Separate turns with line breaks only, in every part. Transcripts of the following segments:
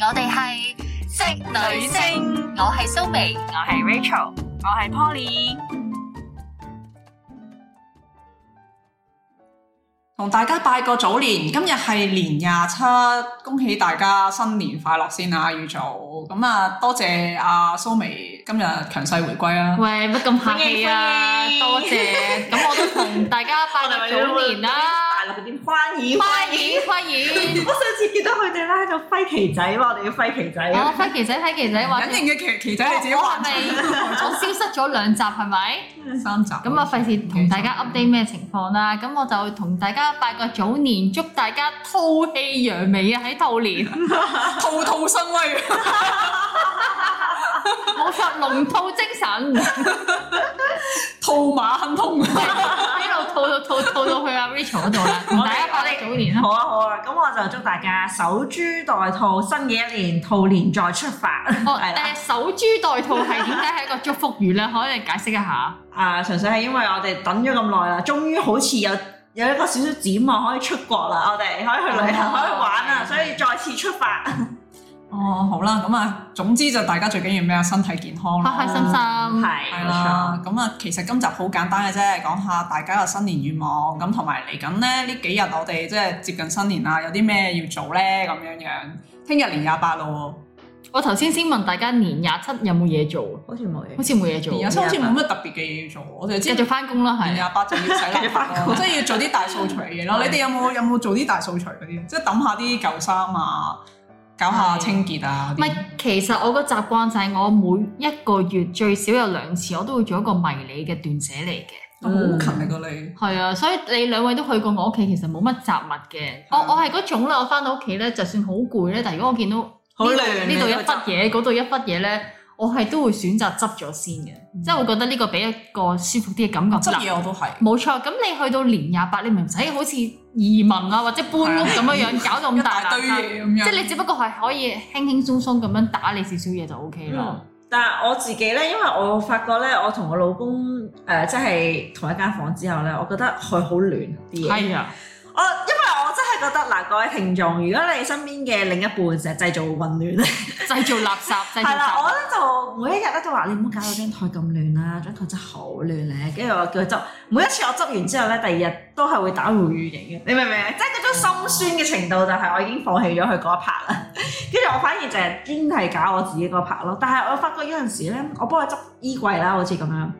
我哋係職女聲，
星，
我係蘇眉，
我係 Rachel，我係 Poly。
同大家拜個早年，今日係年廿七，恭喜大家新年快樂先啊！預早咁啊，多謝阿蘇眉今日強勢回歸啊！
喂，乜咁客氣啊
歡迎歡迎！
多謝，咁我都同大家拜個早年啦！
大陸點歡迎
歡迎歡迎！
啊我上次見到佢哋咧喺度揮旗仔嘛，我哋要揮旗仔啊
我輝奇仔、輝奇仔話
隱形嘅旗旗仔你自己
我
還
係咪我消失咗兩集係咪？
三集
咁啊，費事同大家 update 咩情況啦。咁我就同大家拜個早年，祝大家吐氣揚眉啊！喺兔年，
兔兔生威，啊
冇錯，龍吐精神，
兔馬亨通。啊
一路吐到吐吐到去阿 Rachel 嗰度啦。同大家拜個早年啦！
好啊好啊，咁我就祝大家守株待兔，新嘅一年兔年再出發，
哦，
係啦。
誒，守株待兔係點解係一個祝福語咧？可以解釋一下？
啊，純粹係因為我哋等咗咁耐啦，終於好似有有一個少少展望可以出國啦，我哋可以去旅行，
哦
可以玩啦，所以再次出發。
哦，好啦，咁啊，總之就大家最緊要咩啊？身體健康啦
開開心心。
係
係
冇錯
啦，咁啊，其實今集好簡單嘅啫，講下大家嘅新年願望，咁同埋嚟緊咧呢幾日我哋即係接近新年啦，有啲咩要做咧咁樣樣。聽日年廿八咯
我頭先先問大家年廿七有冇嘢做，
好似冇嘢
好。似冇嘢
喎，
做
年，廿七好似冇乜特別嘅嘢要做，我就
繼
知
續翻工啦，
年
係。
廿八就要洗
繼續
垃
返
圾咯，
工
即係要做啲大掃除嘅嘢咯。
係
你哋有冇有冇做啲大掃除嗰啲？即係抌下啲舊衫啊，搞下清潔啊
唔
嗰啲。
係，其實我個習慣就係我每一個月最少有兩次，我都會做一個迷你嘅斷捨離嘅。
好勤力㗎你。
係啊，所以你兩位都去過我屋企，其實冇乜雜物嘅。我我係嗰種啦，我翻到屋企咧，就算好攰咧，但係如果我見到
好啊
呢度
亂
呢度一
呢
忽
個
嘢，嗰度一忽嘢咧，我係都會選擇執咗先嘅，即係會覺得呢個俾一個舒服啲嘅感覺。
執嘢我都係。
冇錯，咁你去到年廿八，你咪唔使好似移民啊或者搬屋咁樣樣，搞到
一
咁大
大
垃
堆
圾。
嘢咁
即
樣，
係你只不過係可以輕輕鬆鬆咁樣打理少少嘢就 O K 啦。
但係我自己咧，因為我發覺咧，我同我老公誒、呃即係同一間房之後咧，我覺得佢好亂啲嘢。
啊，
我因為我真係覺得嗱，各位聽眾，如果你身邊嘅另一半成日製造混亂咧，
製造垃圾，製造
係啦，我
雜。
咧就每一日咧都話你唔好搞到張台咁亂啦，張台真係好亂咧。跟住我叫佢執，每一次我執完之後咧，第二日都係會打回原形嘅。你明唔明啊？即係嗰種心酸嘅程度就係我已經放棄咗佢嗰一 part 啦。 跟住我反而就係專係搞我自己嗰 part 咯。但係我發覺有陣時咧，我幫佢執衣櫃啦，好似咁樣。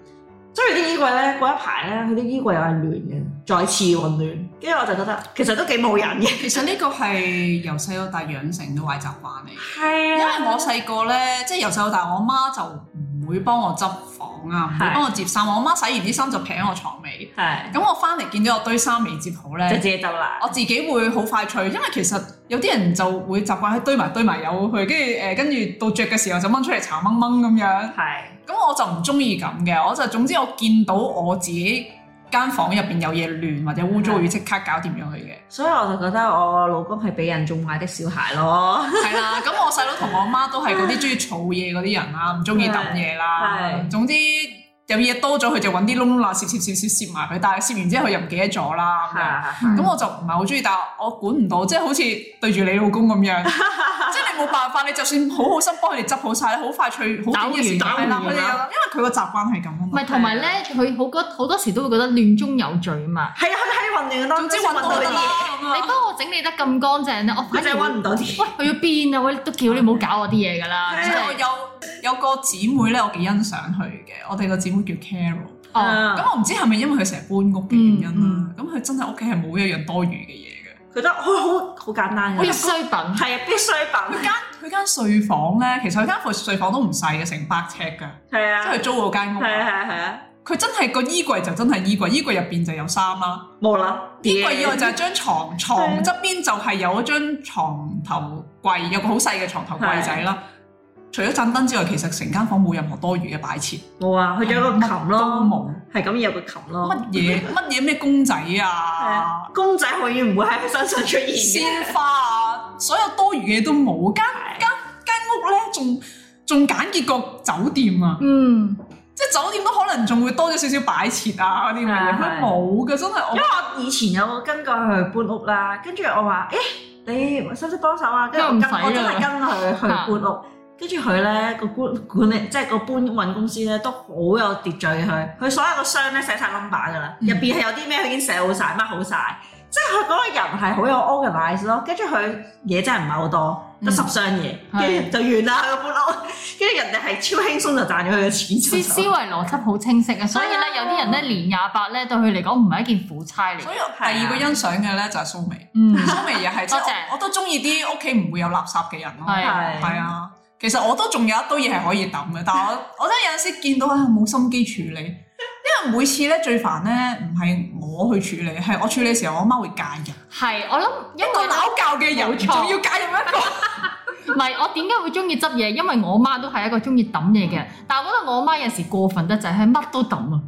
所以啲衣櫃咧，嗰一排咧，佢啲衣櫃又係亂嘅，再次混亂。跟住我就覺得其實都幾冇癮嘅。
其實呢個係由細到大養成嘅壞習慣嚟，因
係啊
為我細個咧，即係由細到大，我媽就唔會幫我執房啊，唔會
係
幫我摺衫，我媽洗完啲衫就撇喺我床尾，
係
咁我翻嚟見到有堆衫未摺好
就
咧
自。己執啦
我。自己會好快脆，因為其實有啲人就會習慣喺堆埋堆埋有去，跟住誒跟住到着嘅時候就掹出嚟殘掹掹咁樣。
係
咁我就唔中意咁嘅，我就總之我見到我自己間房入邊有嘢亂或者污糟，我要即刻搞掂咗佢嘅。
所以我就覺得我老公係俾人縱壞的小 孩咯，
係啦，咁我細佬同我媽都係嗰啲中意儲嘢嗰啲人啦，唔中意抌嘢啦。
係
總之有嘢多咗，佢就揾啲窿窿罅攝攝攝攝攝埋佢，但係攝完之後佢又唔記得咗啦咁樣。
係啊
咁我就唔係好中意，但係我管唔到，即係好似對住你老公咁 樣，即係你冇辦法，你就算好好心幫佢哋執好晒，好快脆，好 短嘅時間
打完
係啦，
啊
打
佢
完
哋又因為佢個習慣係咁啊
唔
嘛
係。同埋咧，佢好多好多時都會覺得亂中有序啊嘛。
係啊，喺混亂當
總
中
之揾到
佢
就
啲
得
嘢，
啦咁
你
啊。
幫我整理得咁乾淨咧，我
佢
反
就係
而
揾
會
唔到 啲。
喂佢要邊啊？喂，都叫你唔好搞我啲嘢㗎啦。
係
真
即係我啊
係
有有個姊妹咧，我幾欣賞佢嘅，我哋個姊妹叫 Carol。
哦，
啊
咁我唔知係咪因為佢成日搬屋嘅原因
嗯
啦，咁佢真係屋企係冇一樣多餘嘅嘢嘅。
佢都好好好簡單
我
嘅
要，衰品。
係啊，必需 品，
佢間睡房咧，其實佢間睡房都唔細嘅，成百尺㗎，
係
即
啊
係，佢租嗰間屋
係。啊，係啊，
佢真係個衣櫃就真係衣櫃，衣櫃入邊就有衫啦。
冇啦，
衣
啲
櫃以外就係張床，床側邊就係有一張床頭櫃，有個好細嘅床頭櫃仔啦。除咗盞燈之外，其實成間房冇任何多餘嘅擺設，
冇啊，佢仲有個琴
都
咯，
冇
係咁有個琴咯，
乜嘢乜嘢咩公仔
係
啊
啊，公仔永遠唔會喺佢身上出現嘅，
鮮花啊，所有多餘嘅嘢都冇，間間間屋咧仲仲簡潔過酒店啊！
嗯，
即係酒店都可能仲會多咗少少擺設啊嗰啲咁嘅嘢，
係
佢冇嘅真係我
以前有跟過佢去搬屋啦，跟住我話：，誒、你使唔使幫手啊？跟住我
因為唔
跟
使啊
我真係跟佢去搬屋，跟住佢咧個管管理即係個搬運公司咧都好有秩序嘅佢，佢所有個箱咧寫晒 number 㗎啦，
嗯
入邊係有啲咩佢已經寫好晒，乜好晒。即係佢嗰個人係好有 organize 咯，跟住佢嘢真係唔係好多，得
嗯
十箱嘢，跟住就完啦佢個搬屋， 跟住人哋係超輕鬆就賺咗佢嘅錢出
思
手。
思維邏輯好清晰嘅，所以
係啊
咧有啲人咧年廿八咧對佢嚟講唔係一件苦差嚟嘅。
啊
所以第二個欣賞嘅咧就係蘇 眉，
嗯，
蘇眉又係即
多謝
係我我都中意啲屋企唔會有垃圾嘅人咯。
係
係啊，其實我都仲有一堆嘢係可以抌嘅，但係 我我真係有陣時見到啊冇心機處理，因為每次咧最煩咧唔係我去處理，係我處理嘅時候我媽會介入，
係 我諗因
一個
為呢
鬧教嘅人
冇錯
仲要介入一個，
唔係我點解會中意執嘢？因為我媽都係一個中意抌嘢嘅人，但係我覺得我媽有時過分得滯，係乜都抌啊！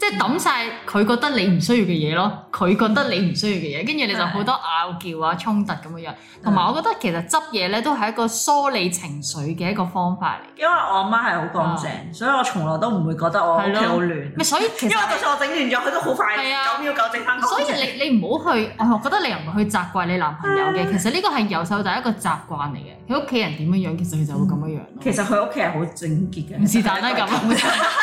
即係抌晒佢覺得你唔需要嘅嘢咯，佢覺得你唔需要嘅嘢，跟住你就好多拗撬啊、衝突咁樣樣。同埋我覺得其實執嘢咧都係一個梳理情緒嘅一個方法嚟。
因為我阿媽係好
啊
乾淨，所以我從來都唔會覺得我屋企好亂。
咪所以其
因為
實
就算我整完咗，佢都好快
係啊
九秒九整翻。
所以你你唔好去，我覺得你又唔會去責怪你男朋友嘅。其實呢個係由細到大一個習慣嚟嘅。佢屋企人點樣樣，其實佢就會咁樣樣咯。
其實佢屋企係好整潔嘅，
唔是 但啦咁。啊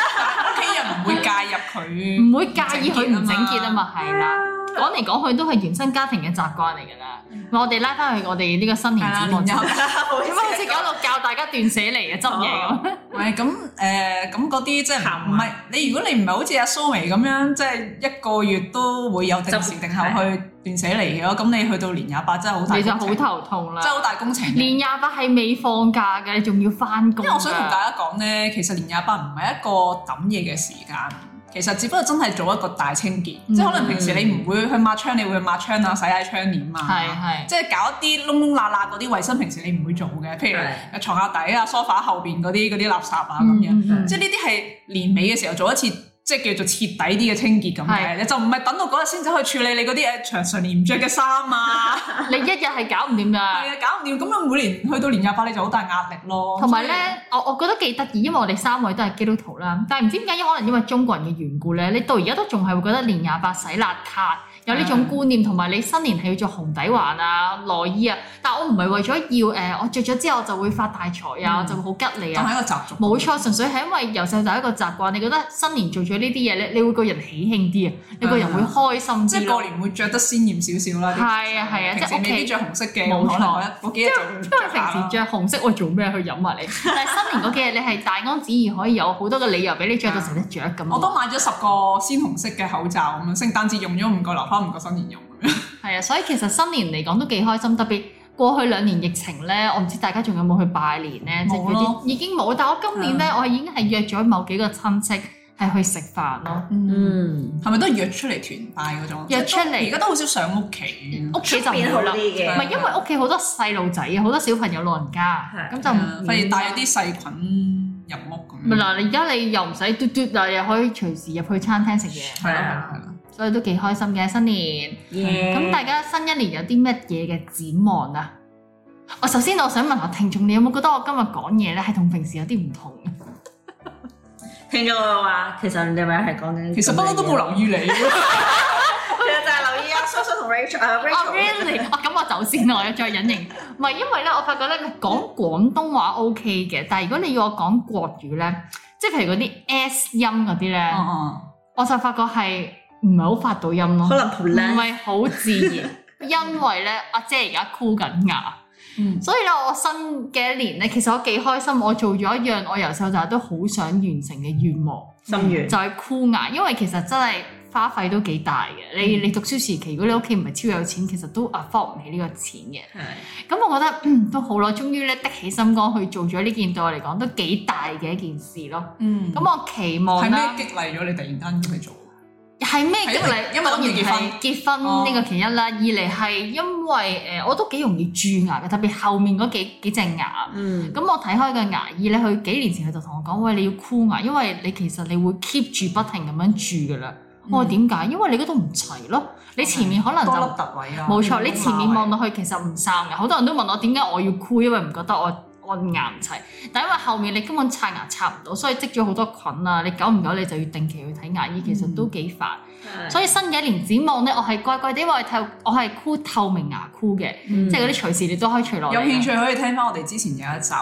屋企人唔會介入佢。
唔會介意佢唔整潔啊嘛，係啦。講嚟講去都係原生家庭嘅習慣嚟㗎啦。
嗯
我哋拉翻去我哋呢個新年展望先，
係啦
點
啊好
解好似搞到教大家斷捨離嘅啊執嘢咁？
唔係咁誒，咁嗰啲即係
行
唔
運
係你？如果你唔係好似阿蘇眉咁樣，即係一個月都會有定時定候去斷捨離嘅咯。咁你去到年廿八真係好大
你就
工程，
好頭痛啊啦
真係。好大工程。
年廿八係未放假嘅，你仲要翻工㗎。
因為我想同大家講咧，其實年廿八唔係一個抌嘢嘅時間，其實只不過真係做一個大清潔，
嗯
即係可能平時你唔會去抹窗，你會去抹窗啊、洗下窗簾
係
啊，
係
即係搞一啲窿窿罅罅嗰啲衞生，平時你唔會做嘅，譬如
係
床下底啊、梳化後邊嗰啲嗰啲垃圾啊咁樣。
嗯嗯
即係呢啲係年尾嘅時候做一次，即係叫做徹底啲嘅清潔咁
係
嘅，你就唔係等到嗰日先走去處理你嗰啲誒長常年唔着嘅衫啊，
嗯你一日係搞唔掂
係
㗎。
啊，搞唔掂，咁你每年去到年廿八你就好大壓力咯。
同埋咧，我我覺得幾得意，因為我哋三位都係基督徒啦，但係唔知點解，因為可能因為中國人嘅緣故咧，你到而家都仲係會覺得年廿八洗邋遢，有呢
嗯
種觀念，同埋你新年係要着紅底環啊、內衣啊，但我唔係為咗要誒、呃我着咗之後就會發大財
嗯
啊，我就會好吉利
所以當
啊。
係一個習俗，
冇錯，純粹係因為由細到大一個習慣，你覺得新年做咗呢啲嘢咧，你會個人喜慶啲啊，你個人會開心
嗯即
啲
係
咯
過。年會着得鮮豔少少啦。啲
係啊係啊
平
即係
時
屋企
未必着紅色嘅，
冇錯
可能嗰一嗰幾日就
因為 平時着紅色，我做咩去飲啊你？ 但係新年嗰幾日，你係大安旨意，可以有好多嘅理由俾你着到成隻雀咁啊。
我都買咗十個鮮紅色嘅口罩咁樣，聖誕節用咗五個，留翻五個新年用咁樣。
係啊，所以其實新年嚟講都幾開心，特別過去兩年疫情咧，我唔知大家仲有冇去拜年咧，即係
冇
嗰
咯
啲已經冇。但我今年咧，我已經係約咗某幾個親戚係去食飯咯。
嗯，
嗯，
係咪都係約出嚟團拜嗰種？
約出嚟
而家都好少上屋企。
屋企就
出面
唔
好
好
啲
啦，
嘅
唔係因為屋企好多細路仔啊，好多小朋友老人家，
係
咁就
就
唔
啊反而帶咗啲細菌入屋咁樣。
咪嗱，你而家你又唔使嘟嘟啦，又可以隨時入去餐廳食嘢，
係啊，係啊，
所以都幾開心嘅新年。
耶
咁大家新一年有啲乜嘢嘅展望啊？我首先我想問下聽眾，你有冇覺得我今日講嘢咧係同平時有啲唔同嘅？
聽咗我話，其實你咪係講緊，
其實不嬲都冇留意你，
其實就係 留意阿蘇蘇同 Rachel 啊
哦
Rachel，
really？哦，咁我走先啦，我再隱形。唔係因為咧，我發覺咧講廣東話 OK 嘅，但係如果你要我講國語咧，即係譬如嗰啲 S 音嗰啲咧，
哦
我就發覺係唔係好發到音咯，
可能 p
唔
l
係好自 然。因為咧，阿姐而家箍緊牙，
嗯，
所以咧我新嘅一年咧，其實我幾開心，我做咗一樣我由細到大都好想完成嘅願望。
心
嗯
願
就係箍牙，因為其實真係花費都幾大嘅。你
嗯
你讀書時期，如果你屋企唔係超有錢，其實都 afford 唔起呢個錢嘅。咁我覺得嗯都好咯，終於咧的起心肝去做咗呢件對我嚟講都幾大嘅一件事咯。
嗯，
咁我期望
係
啦，
咩激勵咗你突然間要去做？
係咩
係
激
因為
勵？
因為
當
諗住
然
結婚
係結婚
哦
呢個其一啦，二嚟係因為誒、呃我都幾容易蛀牙嘅，特別後面嗰幾幾隻牙。
嗯，
咁我睇開個牙醫咧，佢幾年前佢就同我講：喂，你要箍牙，因為你其實你會 keep 住不停咁樣蛀噶啦。我
嗯
話點解？因為你嗰度唔齊咯，你前面可能就
多粒突位啊！
冇錯，你前面望
到
落去其實唔生嘅。好多人都問我點解我要箍，因為唔覺得我我按牙唔齊。但因為後面你根本刷牙刷唔到，所以積咗好多菌啊！你久唔久你就要定期去睇牙
嗯
醫，其實都幾煩。所以新嘅一年展望咧，我係乖乖地，因為我係透我係箍透明牙箍嘅，即係嗰啲隨時你都可以除落
嗯
嚟啊
有
嘅。
興趣可以聽翻我哋之前有一集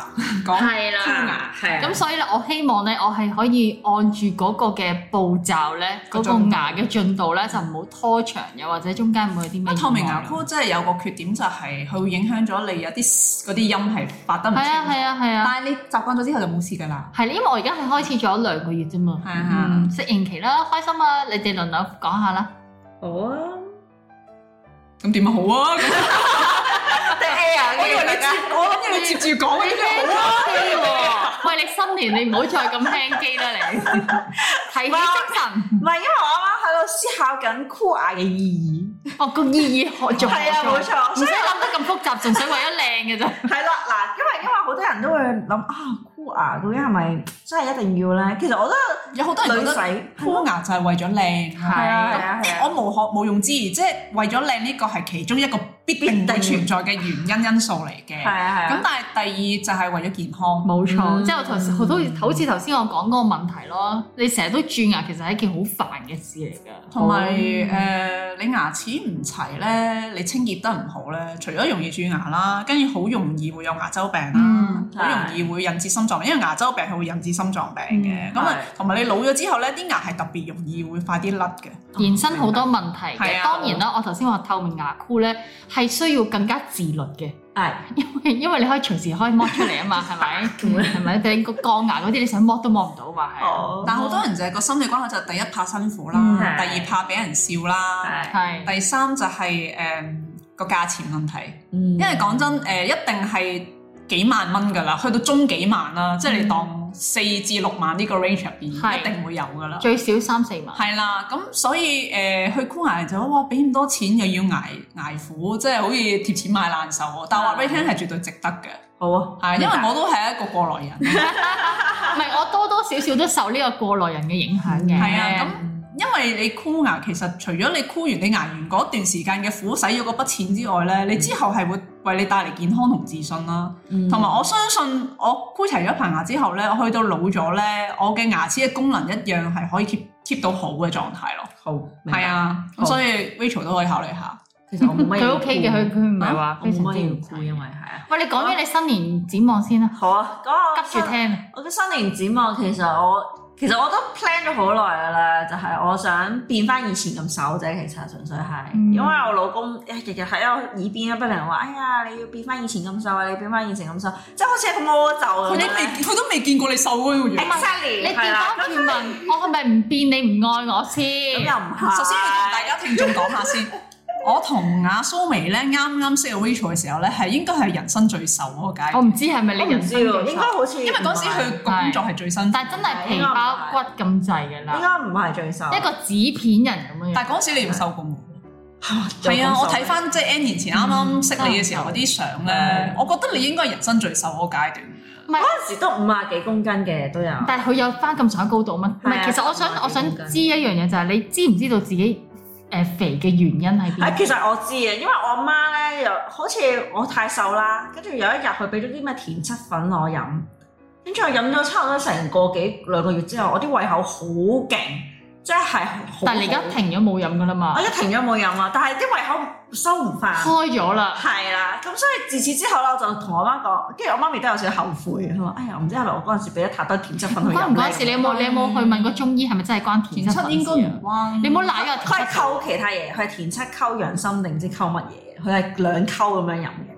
講
係
啦，
係啊
咁所以咧，我希望咧，我係可以按住嗰個嘅步驟咧，
個
嗰
進
個
度
牙嘅進度咧，就唔好拖長，又或者中間唔會有啲咩意外
啊
啊
透明牙箍真係有個缺點就係佢會影響咗你有啲嗰啲音係發得唔
係
清，
啊係啊係啊，
但係你習慣咗之後就冇事㗎啦。
係因為我而家係開始咗兩個月啫
嗯
嘛，
係啊，
適應期啦，開心啊！你哋輪流講下啦，
好啊，
咁點啊好啊？ 我以為你
啊大家嗯
接，我諗住你接住講嘅
聽
啫。
機
啊
喎，喂你新年你唔好再咁聽機啦 你，提起精
唔係因為我啱啱喺度思考緊箍牙嘅意
神，哦個意義學做
係啊冇錯
唔使諗得咁複雜，純粹為咗靚嘅啫。
義，係啦嗱，因為因為好多人都會諗啊箍牙究竟係咪真係一定要咧？其實我覺得
有好多人覺
女
得
仔
箍牙就係為咗靚，
係啊
係啊係啊
我無可無用之疑，即係為咗靚呢個係其中一個必
必
定
定
會存在嘅原因因素嚟嘅。
係啊係
咁
啊，
但係第二就係為咗健康，
冇錯，
嗯
即係我頭先好好似好似頭先我講嗰個問題咯，你成日都蛀牙，其實係一件好煩嘅事嚟㗎。
同
哦
埋誒你牙齒唔齊咧，你清潔得唔好咧，除咗容易蛀牙啦，跟住好容易會有牙周病啦
嗯，
好、容易會引致心臟病，因為牙周病係會引致心臟病嘅。
嗯
咁啊、同埋你老咗之後咧，啲牙係特別容易會快啲甩嘅。
延伸好多問題
係
嘅，
啊
當然啦，我頭先話透明牙箍咧係需要更加自律嘅，
係啊
因為因為你可以隨時可以剝出嚟啊嘛，係咪？係咪？你個鋼牙嗰啲你想剝都剝唔到嘛，係啊。
哦
但係好多人就係個心理關口就係第一怕辛苦啦，
嗯
第二怕俾人笑啦，
係，
係
第三就係誒個價錢問題。
因
因為講真，誒、一定係幾萬蚊㗎啦，去到中幾萬啦，即係你當四至六萬呢個 range 入邊，
係
一定會有㗎啦。
最少三四萬。
係啦，咁所以誒、去箍牙就哇，俾咁多錢又要捱捱苦，即係好似貼錢買難受喎。但係話俾你聽係絕對值得嘅，
好啊，
係因為我都係一個過來人，
唔係，我多多少少都受呢個過來人嘅影響嘅。
係啊，咁。因為你箍牙，其實除咗你箍完你牙完嗰段時間嘅苦使咗嗰筆錢之外咧，你之後係會為你帶嚟健康同自信啦。嗯
嗯
同埋我相信我箍齊咗棚牙之後咧，我去到老咗咧，我嘅牙齒嘅功能一樣係可以 keep keep 到好嘅狀態咯。
好，明白
係，啊，咁
好
所以 Rachel 都可以考慮下。
其實我冇乜嘢
佢 OK 嘅，佢佢唔係話
我
非
冇
常
乜
之
嘢箍，因為係啊，
喂，你講咗你新年展望先啦，
好啊，嗰個
急住聽啊。
我嘅新年展望其實我其實我都 plan 咗好耐噶啦，就係、我想變翻以前咁手啫。其實純粹係，
嗯
因為我老公哎日日喺我耳邊不停話：哎呀，你要變翻以前咁瘦啊！你要變翻以前咁瘦，即係好似一個魔咒啊
佢
咁
都
樣呢。
未，佢都未見過你瘦嗰個樣。
exactly
你調
係啦
翻轉問我係咪唔變你唔愛我先
咁？又唔係。
首先要同大家聽眾講下先， 我同阿蘇眉咧啱啱識到 Rachel 嘅時候咧，係應該係人生最瘦嗰個階
我
段，
唔知係咪
我
你
唔
人
知
生
喎，
嘅
應
錯
該，好似
因為嗰時
唔係
佢個工作係最辛苦。
但係真係皮包骨咁滯嘅
應
啦，
該唔係最瘦，
一個紙片人咁樣樣。
但係嗰時你唔瘦過我。
最
係啊，
瘦
我睇翻即係 N 年前啱啱識你嘅時候嗰啲相咧
嗯，
我覺得你應該係人生最瘦嗰個階段。
唔係，
嗰陣時都五啊幾公斤嘅都有。
但係佢有翻咁上下高度嘛？唔
係啊
係，其實我想
我
我
唔知
想
點解
知一樣嘢就係你知唔知道自己誒肥嘅原因喺
係，
邊？
哎其實我知啊嘅，因為我媽咧又好似我太瘦啦，跟住有一日佢俾咗啲咩田七粉我飲，跟住我飲咗差唔多成個幾兩個月之後，我啲胃口好勁，即係好。
但係你而家，停咗冇飲㗎啦嘛
我，一停咗冇飲啦，但係啲胃口收唔翻。
開咗啦。
係啦，咁所以自此之後咧，我就同我媽講，跟住我媽咪都有少少後悔，佢話：哎呀，唔知係咪我嗰陣時俾咗太多田七粉去飲咧。
關唔關事？你有冇你有冇去問過中醫係咪真係關田七粉事啊？
關
你唔好賴咗
佢係
田七粉。
溝其他嘢，佢係田七溝養心定唔知溝乜嘢，佢係兩溝咁樣飲嘅。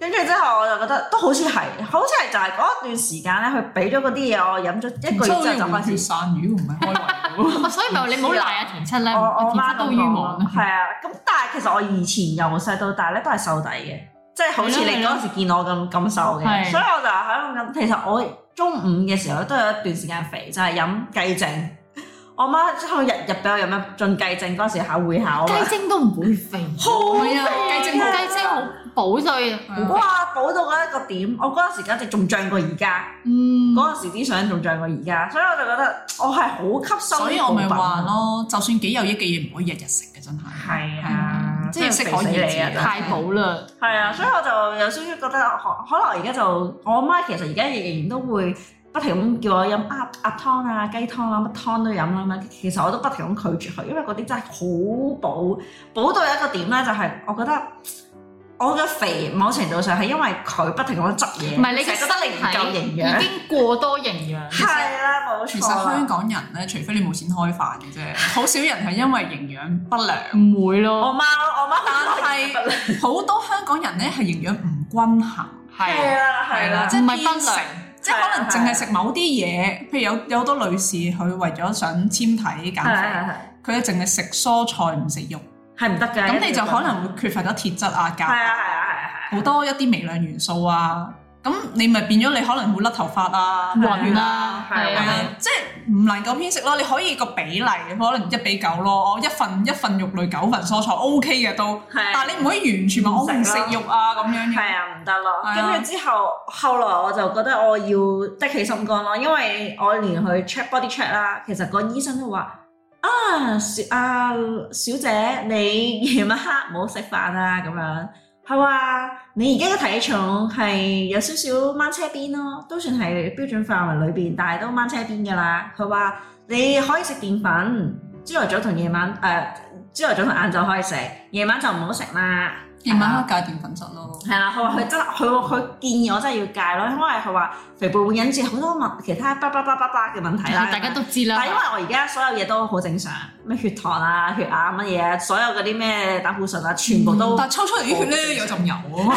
跟住之後我就覺得都好似係，好似係就係嗰一段時間咧，佢俾咗嗰啲嘢我飲咗一個月之後就開
血
始。
散魚，唔係開胃 喎。
我所以咪話你唔好賴啊田七咧，
我我
田
媽
七
都
都冤
講
枉
啦
啊。
係啊，咁但係其實我以前由細到大咧都係瘦底嘅，即係好似你
係咯係
嗰
咯
陣時見我咁咁瘦嘅，
係
所以我就喺度諗，其實我中午嘅時候都有一段時間肥，就係飲雞精。我媽之後日日俾我飲一樽雞精，嗰時考會考啊嘛
雞精都唔會肥，
好
肥啊
雞精雞精好補水，
哇！補到嗰一個點，我嗰陣時簡直仲漲過而家，
嗯，
嗰陣時啲相仲漲過而家，所以我就覺得我係好吸收。
所以我咪話，咯，就算幾有益嘅嘢，唔可以日日食嘅，真係。
係啊，啊，
即係
真
適
係
可
肥死
而
你啊！
止
真係
太補啦，
係啊，所以我就有少少覺得可可能而家就我阿媽其實而家仍然都會不停咁叫我飲鴨鴨湯啊、雞湯啊、乜湯都飲啦咁樣。其實我都不停咁拒絕佢，因為嗰啲真係好補，補到有一個點咧，就係我覺得。我嘅肥某程度上係因為佢不停咁執嘢，
唔係你嘅
成日覺得你唔夠
身
營
體
養
已，經過多營養，
係啦，冇
其
錯啊
實
啦。
香港人咧，除非你冇錢開飯嘅 啫，好少人係因為營養不良。
唔會
我
咯，
媽咯，我媽
但係好多香港人咧係營養唔均衡，
係
啦
係啦，即
唔
係
係不
偏食
良，
即係可能淨係食某啲嘢，譬如有有好多女士佢為咗想纖體減
係係
肥，佢
係
咧淨係食蔬菜唔食肉，
係唔得嘅。
咁你就可能會缺乏咗鐵質啊、
係
鉀
啊係啊係啊係啊。
好多一啲微量元素啊，咁你咪變咗你可能會甩頭髮啊、
暈
血
啦，係
係
係
啊
啊，，即係唔能夠偏食咯。你可以個比例可能一比九咯，哦我一份一份肉類九份蔬菜 O K 嘅都，
係啊
但係你唔可以完全話我唔食肉啊咁樣嘅。
係啊，唔得咯。
係啊
跟住之後，後來我就覺得我要的起心肝咯，因為我連去 check body check 啦，其實個醫生都話。啊，小啊小姐，你夜晚黑唔好食飯啊，咁樣係話你而家嘅體重係有少少掹車邊咯，都算係標準範圍裏邊，但係都掹車邊㗎啦。佢話你可以食澱粉，朝頭早同夜晚誒、朝頭早同晏晝可以食，夜晚就唔好食啦。
夜晚黑戒澱粉質咯，
係啦，佢話佢真，佢佢建議我真係要戒咯，因為佢話肥胖會引致好多問其他巴巴巴巴巴嘅問題啦。
大家都知
但係因為
啦，
我而家所有嘢都好正常，咩血糖啊、血壓乜嘢啊，所有嗰啲咩膽固醇啊，全部
嗯
都。
但係抽出嚟啲血咧有陣油啊，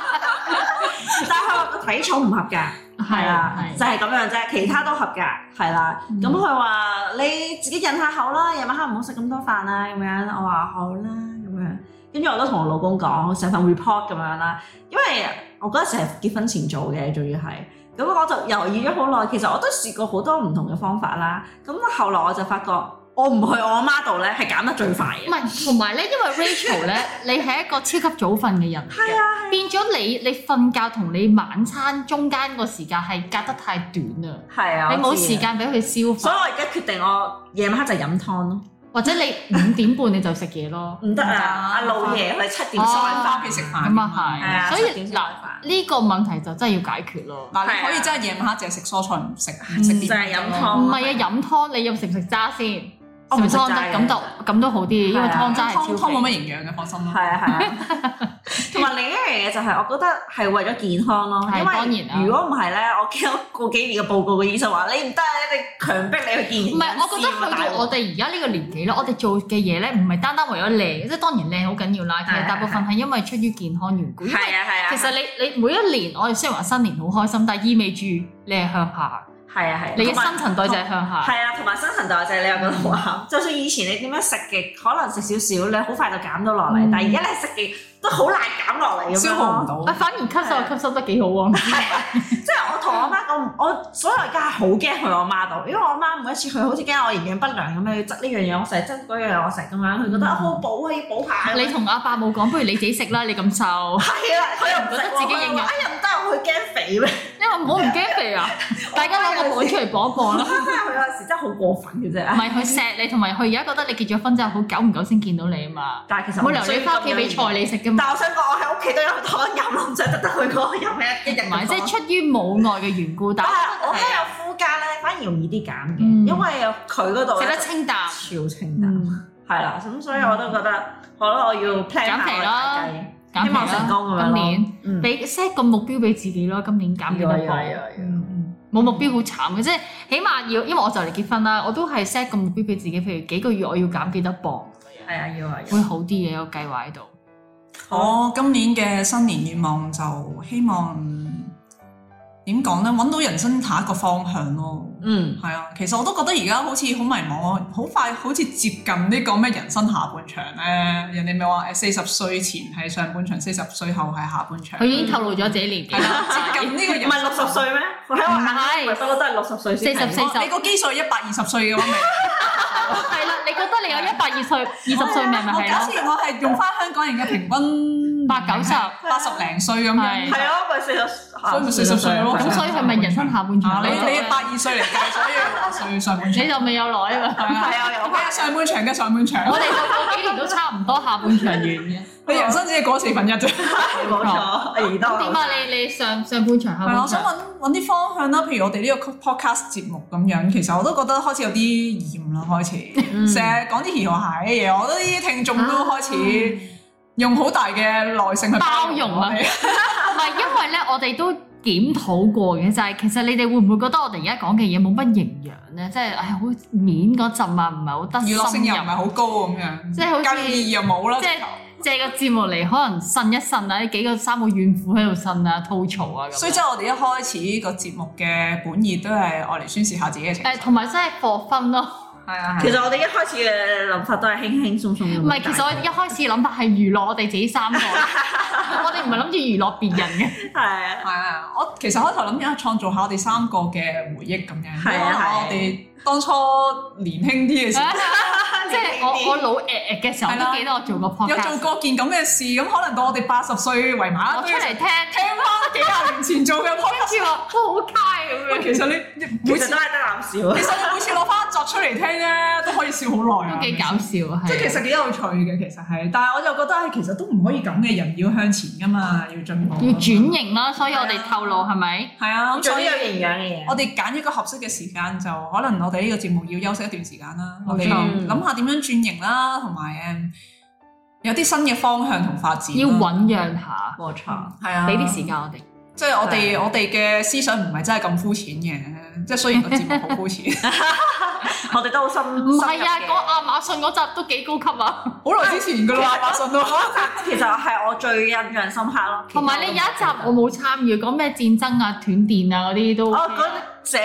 但係佢話個體重唔合格，係啦，就係咁嗯樣啫，其他都合格，係啦。咁佢話你自己忍下口啦，夜晚黑唔好食咁多飯啊，咁樣。我話好啦，咁樣。跟住我都同我老公講成份 report 咁樣啦，因為我嗰陣時係結婚前做嘅，仲要係。咁我就猶豫咗好耐，其實我都試過好多唔同嘅方法啦。咁後來我就發覺，我唔去我阿媽度咧，係減得最快嘅
唔。係，同埋咧，因為 Rachel 咧，你係一個超級早瞓嘅人嚟
啊
嘅，變咗你你瞓覺同你晚餐中間個時間係隔得太短啦，
係啊，
你
我
冇
知啊
時，間俾佢消
所以
化，
我而家決定我夜晚黑就飲湯咯。
或者 你五點半你就食嘢咯，
唔得啊！阿
唔得啊
老爺佢七點
哦
收
翻
飯
返屋企食飯
咁啊
係啊
係，所
七
以
點先
嗱
食飯
呢個問題就真係要解決咯。
嗱，
係啊
你可以真係夜晚黑淨係食蔬菜唔食唔食澱粉質咯
就哦係飲湯
唔係啊，飲湯你要食唔食渣先？
我
食
唔
唔
食
食
齋
湯
嘅
得咁就咁都好啲，因為
係啊
湯渣係超
湯湯
肥
冇乜營養嘅，放心啦。
係啊係啊， 同埋另一樣嘢就係我覺得係為咗健康咯，
係
因
當然啦
為如果唔係咧，我驚我過幾年嘅報告嘅醫生話你唔得啊，一定強迫你去健
唔係，我覺得
啊
去到我哋而家呢個年紀咧，我哋做嘅嘢咧，唔係單單為咗靚，即係當然靚好緊要啦。其
係
實大部分係因為出於健康緣故，因為
係啊係啊，
其實你你每一年，我哋雖然話新年好開心，但係意味住你係向下，
係啊係啊，
你嘅
同埋
新陳代謝係向下。
係啊，同埋新陳代謝你又覺得好啊 啱。就算以前你點樣食嘅，可能食少少，你好快就減到落嚟。
嗯
但係而家你食嘅都好難減落嚟咁樣咯
消耗唔到。
啊，反而吸
係啊
收吸收得幾好喎。
即係我同我媽講，我所以我而家係好驚去我媽度，因為我媽每一次去好似驚我營養不良咁樣，要執呢樣嘢我食，執嗰樣嘢我食咁樣，佢覺得啊好補啊，要補下。
嗯你同阿伯母講，不如你自己食啦，你咁瘦，
係啦，佢又唔
覺
食
得自己營養
哎呀唔得，我會驚 肥咩？
因為我唔驚肥 啊，大家攞個盤出嚟磅一磅
我
啦。
媽媽佢有時真係好過分嘅
唔
啫。
係佢錫你，同埋佢而家覺得你結咗婚之後，好久唔久先見到你啊嘛。
但係其實
冇
我
理由你翻屋企俾菜你食噶嘛。
但我想講，我喺屋企都有湯飲咯，唔想得得去嗰個飲咩一日
同
咁
埋即
多
係出於母愛嘅緣故，但
但係
係
我
我覺
喺有夫家咧，反而容易啲減嘅，
嗯
因為佢嗰度
得係食嗯
咧
得清淡，
超清淡。係啦，咁所以我都覺得，好啦，我要 plan 下
嗯減肥
我
啦
大計
嗯減
希望
肥
成
啦。
功咁樣
今
咯
年
嗯
俾 set 個目標俾自己咯，今年減幾多磅？冇目標好慘嘅，即係起碼要，因為我就嚟結婚啦，我都係 set 個目標俾自己，譬如幾個月我要減幾多磅，
係啊，要啊，要
會好啲嘅有個計劃喺度。
我今年嘅新年願望就希望嗯點講咧，揾到人生下一個方向咯。
嗯，
係啊，其實我都覺得而家好似好迷茫，好快好似接近呢個咩人生下半場咧。人哋咪話誒四十歲前係上半場，四十歲後係下半場
佢。已經透露咗自己年紀
係
啦，
啦，接近呢個
唔
人
係六十歲咩？我喺
唔
我
係
眼中不嬲都係六十歲先係。
44
我你個基數一百二十歲嘅話咪。
係啦，你覺得你有一百二歲二十歲命咪
我
係
假
咯？
設我係用翻香港人嘅平均
八九十，
八十零歲咁樣
係。
係啊，咪四十，所
所以咪四十歲咯
咁所以佢咪人生下半
啊
場，
你
咯
你八二歲嚟計，所以八歲上半場。
你就未有耐啊嘛。
係啊
係啊，有
睇下上半場嘅上半場
我，哋就過幾年都差唔多下半場完嘅。
你人生只係過四分一啫。
冇錯，哎而
咁點
家
啊？你你上上半場下
係啦，我
半
想
場，
揾揾啲方向啦，譬如我哋呢個 podcast 節目咁樣，其實我都覺得開始有啲厭啦，開
嗯
始成日講啲兒孩嘅嘢，我覺得啲聽眾都開始用好大嘅耐性去
包容啊唔係因為咧，我哋都檢討過嘅，就係其實你哋會唔會覺得我哋而家講嘅嘢冇乜營養咧？即係唉，好面嗰陣啊，唔係好得
娛樂性
深
又
入
唔係，好高咁樣，
即係好
教
似
育意義又冇啦，
即係借個節目嚟可能呻一呻啊，呢幾個三個怨婦喺度呻啊、吐槽啊咁樣。
所以即係我哋一開始個節目嘅本意都係愛嚟宣泄下自己嘅情緒啊
誒，，同埋真係課分咯。
係啊，
其實我哋一開始嘅諗法都係輕輕鬆鬆咁。
唔係，其實我一開始諗法係娛樂我哋自己三個， 我哋唔係諗住娛樂別人嘅。
係啊，
係啊，我其實開頭諗緊創造下我哋三個嘅回憶咁樣，
係啊
因為我哋當初年輕啲嘅時候。
啊 即係我我老誒誒嘅時候，
係啦
我都記得我做過 podcast，
有做過啊件咁嘅事，咁可能到我哋八十歲圍埋一
我出
堆，
嚟聽，
聽翻幾廿年前做嘅 podcast。
跟住話好街咁
喂，
樣，
其實你
其
每
實
次
都係得啖
其
笑。
實你每次攞翻作出嚟聽咧，都可以笑好耐啊
都幾搞笑啊！
即係其實幾有趣嘅，其實係，但係我就覺得係其實都唔可以咁嘅，人要向前噶嘛，要進步。
要。轉型啦，所以我
係
哋
啊
透露係咪？
係啊，咁
做
所
啲
以
有營養嘅嘢
我，哋揀一個合適嘅時間，就可能我哋呢個節目要休息一段時間啦。我
冇
哋
錯
諗下點樣轉型啦，同埋誒有啲新嘅方向同發展啦。
要醖釀下，
冇錯。
係啊，
俾啲時間我哋。
即係我哋我哋嘅思想唔係真係咁膚淺嘅，即係雖然個節目好膚淺，
我哋都好深。
唔係啊，
深入嘅
嗰亞馬遜嗰集都幾高級 啊！
好耐之前噶啦，馬 信都
其實係我最印象深刻咯。
同埋你有一集我冇參與，講咩戰爭啊、斷電啊嗰啲都
哦，嗰啲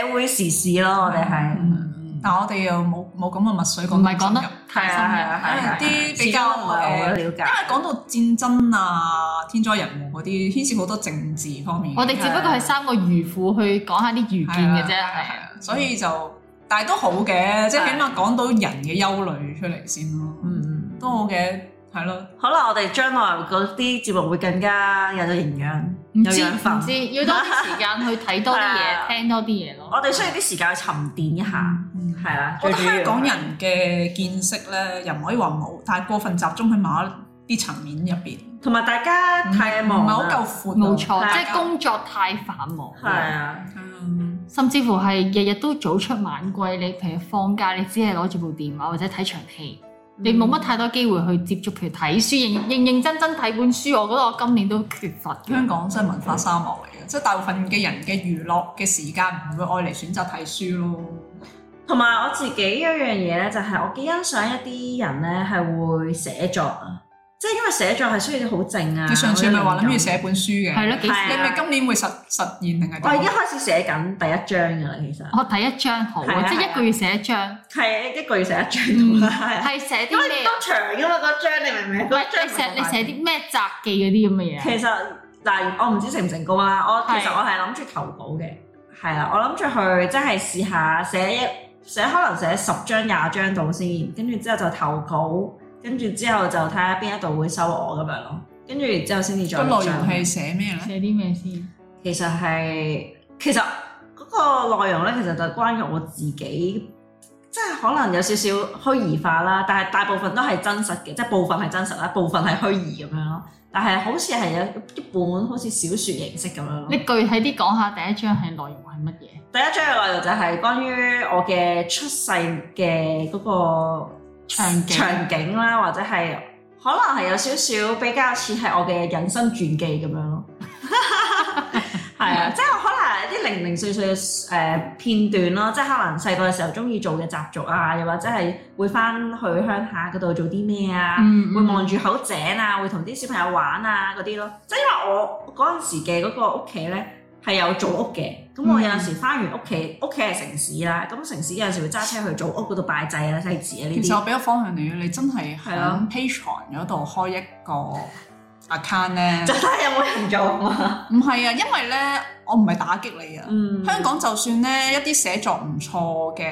社會時事咯，我哋係
嗯但我哋又冇冇咁嘅墨水講，
唔係講得
係
太深入。
啊係啊係啊，
因為啲比較
始終唔係我了
因為
解。
講到戰爭啊、天災人禍嗰啲，牽涉好多政治方面嘅。
我哋只不過係三個漁夫去講下啲漁見嘅啫，
係啊係
係啊
啊，所以就但係都好嘅，即係
係
起碼講到人嘅憂慮出嚟先咯，
嗯，
都好嘅，係咯。
可能我哋將來嗰啲節目會更加有咗營養，
唔
有
知
養
唔
分。
知，要多啲時間去睇多啲
係
嘢，
啊
聽多啲嘢咯。
我哋需要啲時間去沉澱一下，
嗯
係啦。
我
最
覺得
主要
香港人嘅見識咧，又唔可以話冇，但係過分集中喺某一啲層面入邊，
同埋大家太
唔
忙
係好
啦，
夠闊啊。
冇錯，
大
即
家
係工作太繁忙，
係啊，
嗯，
甚至乎係日日都早出晚歸。你譬如放假，你只係攞住部電話或者睇場戲，
嗯
你冇乜太多機會去接觸，譬如睇書，認認認真真睇本書。我覺得我今年都缺乏嘅。
香港真係文化沙漠嚟嘅，即係大部分嘅人嘅娛樂嘅時間唔會愛嚟選擇睇書咯。
同埋我自己有一樣嘢咧，就係我幾欣賞一啲人咧係會寫作啊，即係因為寫作係需要好靜啊。
你上次咪話諗
好有
住
靈
寫本書嘅，
係咯，幾
係啊
時？
你咪今年會實實現定係點？
感，我已經開始寫緊第一章㗎啦，其實
我睇一張好
係
啊，
啊
即
係
係
啊
一個月寫一張，
係一個月寫一章同
嗯
埋係啊，
係寫
因
啲
為
咩
都
啊？
長㗎嘛，嗰章你明唔明？
喂
嗰章
你寫你
唔同
寫啲咩雜記嗰啲咁嘅嘢啊？
其實嗱，我唔知成唔成功啦。我
係
其實我係諗住投稿嘅，係啦，我諗住去即係試下寫一寫，可能寫十張廿張到先，跟住之後就投稿，跟住之後就睇下邊一度會收我咁樣咯。跟住然之後先至再
個內容
上
係寫咩
啊
咧？
寫啲咩先？
其實係其實嗰個內容咧，其實就關於我自己，即係可能有少少虛擬化啦，但係大部分都係真實嘅，即係部分係真實啦，部分係虛擬咁樣咯。但係好似係有一本好似小説形式咁樣咯。
你具體啲講下第一章係內容係乜嘢？
第一章嘅內容就係關於我嘅出世嘅嗰個
場景
場景啦，或者係可能係有少少比較似係我嘅人生傳記咁樣 咯。係啊，即係可能係一啲零零碎碎嘅誒片段咯，即係可能細個嘅時候中意做嘅習俗啊，又或者係會翻去鄉下嗰度做啲咩啊。
嗯
會望住口井啊，會同啲小朋友玩啊嗰啲咯。即係因為我嗰陣時嘅嗰個屋企咧係有祖屋嘅，咁我有陣時翻完屋企，屋企係城市啦，咁城市有陣時會揸車去祖屋嗰度拜祭啊、祭祀啊呢
其實我
啲。
俾個方向你，你真係
係啊
喺 Patreon 嗰度開一個 account 咧
就，睇下有冇人做啊！
唔係啊，因為咧我唔係打擊你啊。
嗯
香港就算咧一啲寫作唔錯嘅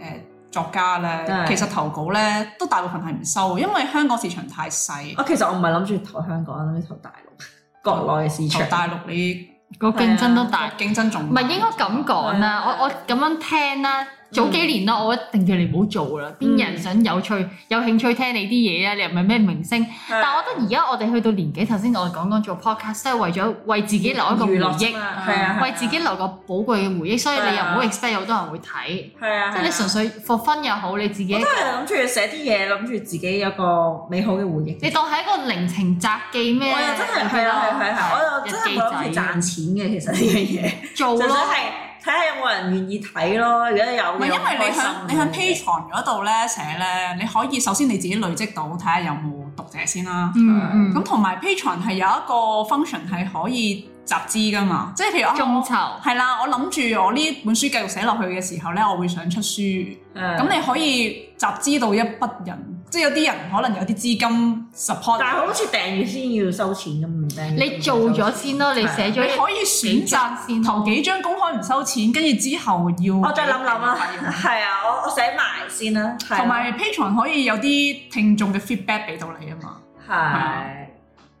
誒作家咧
係，
其實投稿咧都大部分係唔收，因為香港市場太細，
啊我其實我唔係諗住投香港，諗住投大陸， 國內嘅市
投
場。
大陸你
個競
啊
爭都大。
競爭仲
唔係應該咁講啦，
係
我我咁樣聽啦，早幾年啦，我一定叫你唔好做啦。邊有人想有趣、有興趣聽你啲嘢啊？你又唔係咩明星，但係我覺得而家我哋去到年紀，頭先我哋講講做 podcast 都係為咗為自己留一個回憶，
係啊，
為自己留個寶貴嘅回憶，所以你又唔好 expect 有好多人會睇，
係啊，
即係你純粹 for fun 又好，你自己
我都係諗住寫啲嘢，諗住自己有個美好嘅回憶。
你當係一個零情擲記
我
咩？
又真係係啊係啊係啊，我又真係冇諗
日
住
記仔
賺錢嘅，其實呢樣嘢，
做
就想
咯，
係睇下有冇人願意睇咯。如果有
唔
嘅，
係因為你
響
喺你喺 Patreon 嗰度咧寫咧，你可以首先你自己累積到睇下有冇讀者先啦。
嗯
咁同埋 Patreon 係有一個 function 係可以集資噶嘛，即係譬如
嗯，眾
我
籌
係啦，我諗住我呢本書繼續寫落去嘅時候咧，我會想出書。
咁
咁你可以集資到一筆人，即係有啲人可能有啲資金 support，
但係好似訂閱先要收錢咁，唔訂閱
你做咗先咯，
啊
你寫
你
咗。
可以選擇
先
頭幾張公開唔收錢，跟住之後要
我再諗諗啦，係啊，我我寫埋先啦，係 啊
同埋 Patreon 可以有啲聽眾嘅 feedback 俾到你啊嘛。
係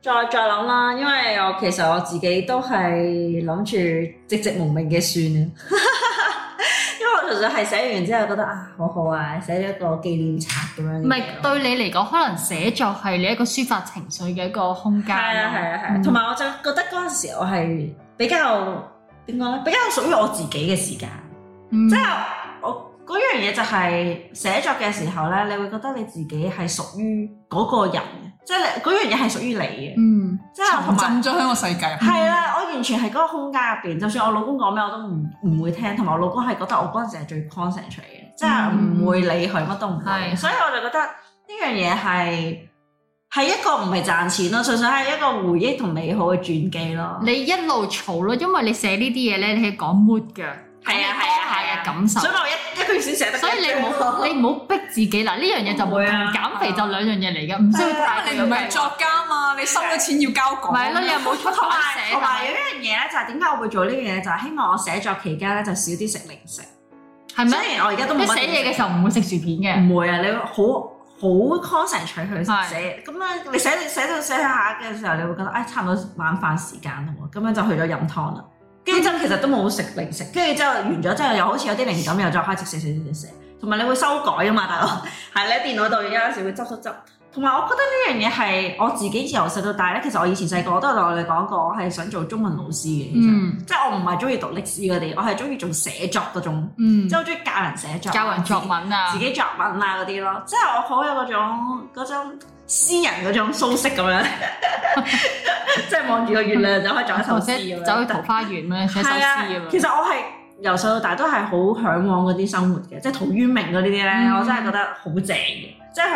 再再諗啦，因為我其實我自己都係諗住寂寂無名嘅算啊，因為我純粹係寫完之後覺得啊好好啊，寫咗一個紀念冊咁樣嘅嘢咯，
唔係對你嚟講，可能寫作係你一個抒發情緒嘅一個空間
係
咯。
啊係啊係啊，
嗯
同埋我就覺得嗰陣時我係比較點講咧，比較屬於我自己嘅時間。
嗯
即係我嗰樣嘢就係寫作嘅時候咧，你會覺得你自己係屬於嗰個人嘅，即係你嗰樣嘢係屬於你嘅，
嗯
即係啊同埋
沉浸咗喺個世界。
係啦，我完全係嗰個空間入邊，就算我老公講咩我都唔唔會聽，同埋我老公係覺得我嗰陣時係最 concentrate 嘅，即係唔會理佢乜都唔理，
係
所以我就覺得呢樣嘢係。係一個唔係賺錢咯，純粹係一個回憶同美好嘅轉機咯。
你一路嘈咯，因為你寫呢啲嘢咧，你係講 mood 嘅，
係啊
講你當
係啊係
下
啊
嘅感受
所。以咪我一一個月先寫得一
所以你唔
張
好
咯
你唔好逼自己嗱，呢樣嘢就唔同
會啊
減肥就兩樣嘢嚟嘅，唔需要太
你唔係作家嘛，你收咗錢要交啊稿。
啊唔係咯，你又冇出
同
版
埋
社
同埋
係
有一樣嘢咧，就係點解我會做呢樣嘢，就係希望我寫作期間咧就少啲食零食。
係咪？
雖然我而家都冇
你
乜
寫嘢嘅時候唔會食薯片嘅，
唔會啊，你好。好 concentrate 去
係
寫，咁啊你寫寫到寫下嘅時候，你會覺得唉，差唔多晚飯時間啦喎，咁樣就去咗飲湯啦。跟住之後其實都冇食零食，跟住之後完咗之後又好似有啲靈感，又再開始寫寫寫寫寫，同埋你會修改啊嘛，大佬係你喺電腦度有陣時會執執執。同埋我覺得呢樣嘢係我自己由細到大咧，其實我以前細個我都有同我哋講過，我係想做中文老師嘅，其實
嗯
即係我唔係中意讀歷史嗰啲，我係中意做寫作嗰種，
嗯
即係，好中意教人寫作，
教人作文啊
自，己作文啊嗰啲咯，即係我好有嗰種嗰種詩人嗰種蘇軾咁樣， 即係望住個月亮就可以作一首
或者
詩咁樣。
走去桃花源咧寫首詩
係啊
咁
其
樣。
實我係由細到大都係好向往嗰啲生活嘅，即係陶淵明嗰啲咧，
嗯
我真係覺得好正嘅。即係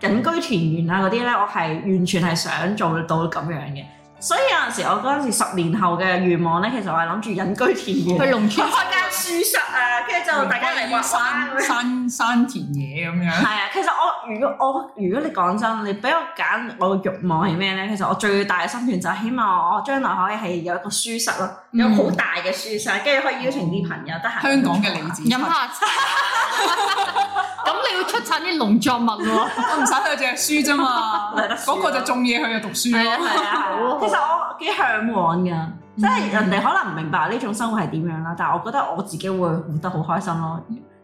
佢隱居田園啊嗰啲咧，我係完全係想做到咁樣嘅。所以有陣時我嗰陣時十年後嘅願望咧，其實我係諗住隱居田園，
去農
去
村
開間書室啊，跟住就大家嚟畫畫啊咁樣
山山山田野咁
係
樣。
啊，其實我如果我如果你講真，你俾我揀我嘅慾望係咩咧？其實我最大嘅心願就係希望我將來可以係有一個書室咯，
嗯
有好大嘅書室，跟住可以邀請啲朋友得閒。
香港嘅李子，
飲下茶， 咁你要出產啲農作物喎。
我唔使佢隻書啫嘛，
咪得書咯
嗰個就種嘢，佢就讀書
係
咯。
啊係啊，其實我幾向往㗎，即係人哋可能唔明白呢種生活係點樣啦，但係我覺得我自己會活得好開心咯。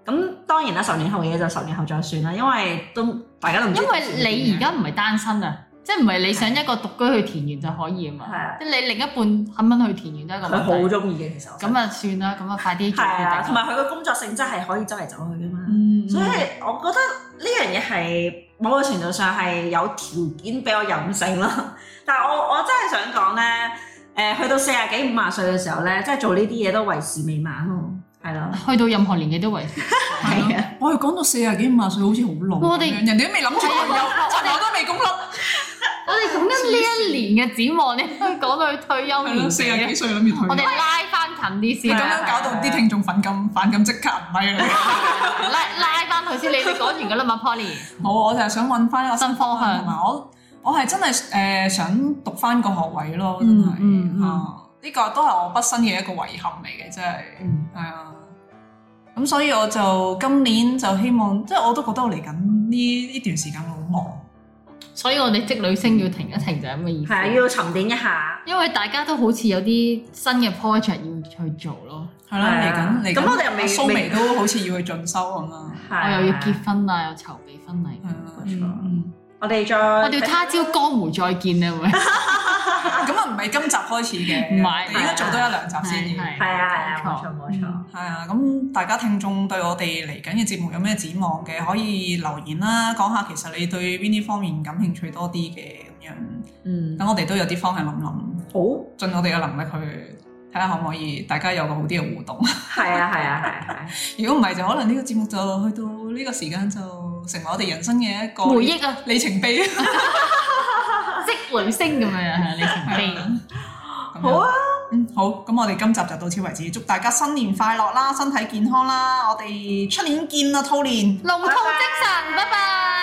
咁當然啦，十年後嘅嘢就十年後再算啦，因為都大家都唔知
因為你而家唔係單身啊，即係唔係你想一個獨居去田園就可以啊
係啊
嘛？即係你另一半肯唔肯去田園都係一個
佢好
問題。
中意嘅，其實我
咁啊算啦，咁啊快啲做
係啊，
決定。
同埋佢個工作性質係可以周圍走去㗎嘛。
嗯
所以我覺得呢樣嘢係某個程度上係有條件俾我任性咯。 但係我我真係想講咧，誒、去到四廿幾五廿歲嘅時候咧，即係做呢啲嘢都為時未晚咯，係咯。
去到任何年紀都為時。
係啊，
我哋講到四廿幾五廿歲，好似好老
我
咁
哋
樣人哋都未諗住退休，
係啊
層樓都未供甩，
我哋講緊呢一年嘅展 望，你都講到去退休
係
年
咯，四廿幾
紀，啊
歲諗住
我
退
哋
休。
拉翻近啲
你
先
咁
啊。
樣搞到啲聽眾反感，反感即刻唔係啦。
拉拉翻佢先，你你講完㗎啦嘛，Polly。
冇，我就係想揾翻一個新方向，
新方向
同埋我我係真係誒、呃想讀翻個學位咯，真係
嗯嗯嗯
啊！呢個都係我畢生嘅一個遺憾嚟嘅，真係
嗯
係啊！咁所以我就今年就希望，即係我都覺得我嚟緊呢呢段時間我好忙。
所以我哋積女星要停一停就係咁嘅意思。
係啊，要沉澱一下。
因為大家都好似有啲新嘅 project 要去做咯，
係啦，嚟緊嚟緊，
咁我哋又未
蘇
未
眉都好似要去進修咁啦。
我
我又要結婚啦，又籌備婚禮，
係啊
啊 冇錯
嗯
我哋再
我哋要他朝江湖再見啊！會
咁啊，唔係今集開始嘅，
唔係
我哋應該做多一兩集先要。
係
係啊係啊，冇錯冇錯。
係啊，咁大家聽眾對我哋嚟緊嘅節目有咩展望嘅，可以留言啦，講下其實你對邊啲方面感興趣多啲嘅咁樣，
嗯，
等我哋都有啲方向諗諗，
好，
盡我哋嘅能力去睇下可唔可以大家有個好啲嘅互動。
係啊係啊係啊
如果唔係就可能呢個節目就去到呢個時間就成為我哋人生嘅一個
回憶啊，
里程碑。
積女星咁樣啊，你成飛。
係，好啊，
嗯，好，咁我哋今集就到此為止，祝大家新年快樂啦，身體健康啦，我哋出年見啦，兔年！
龍童精神，拜拜。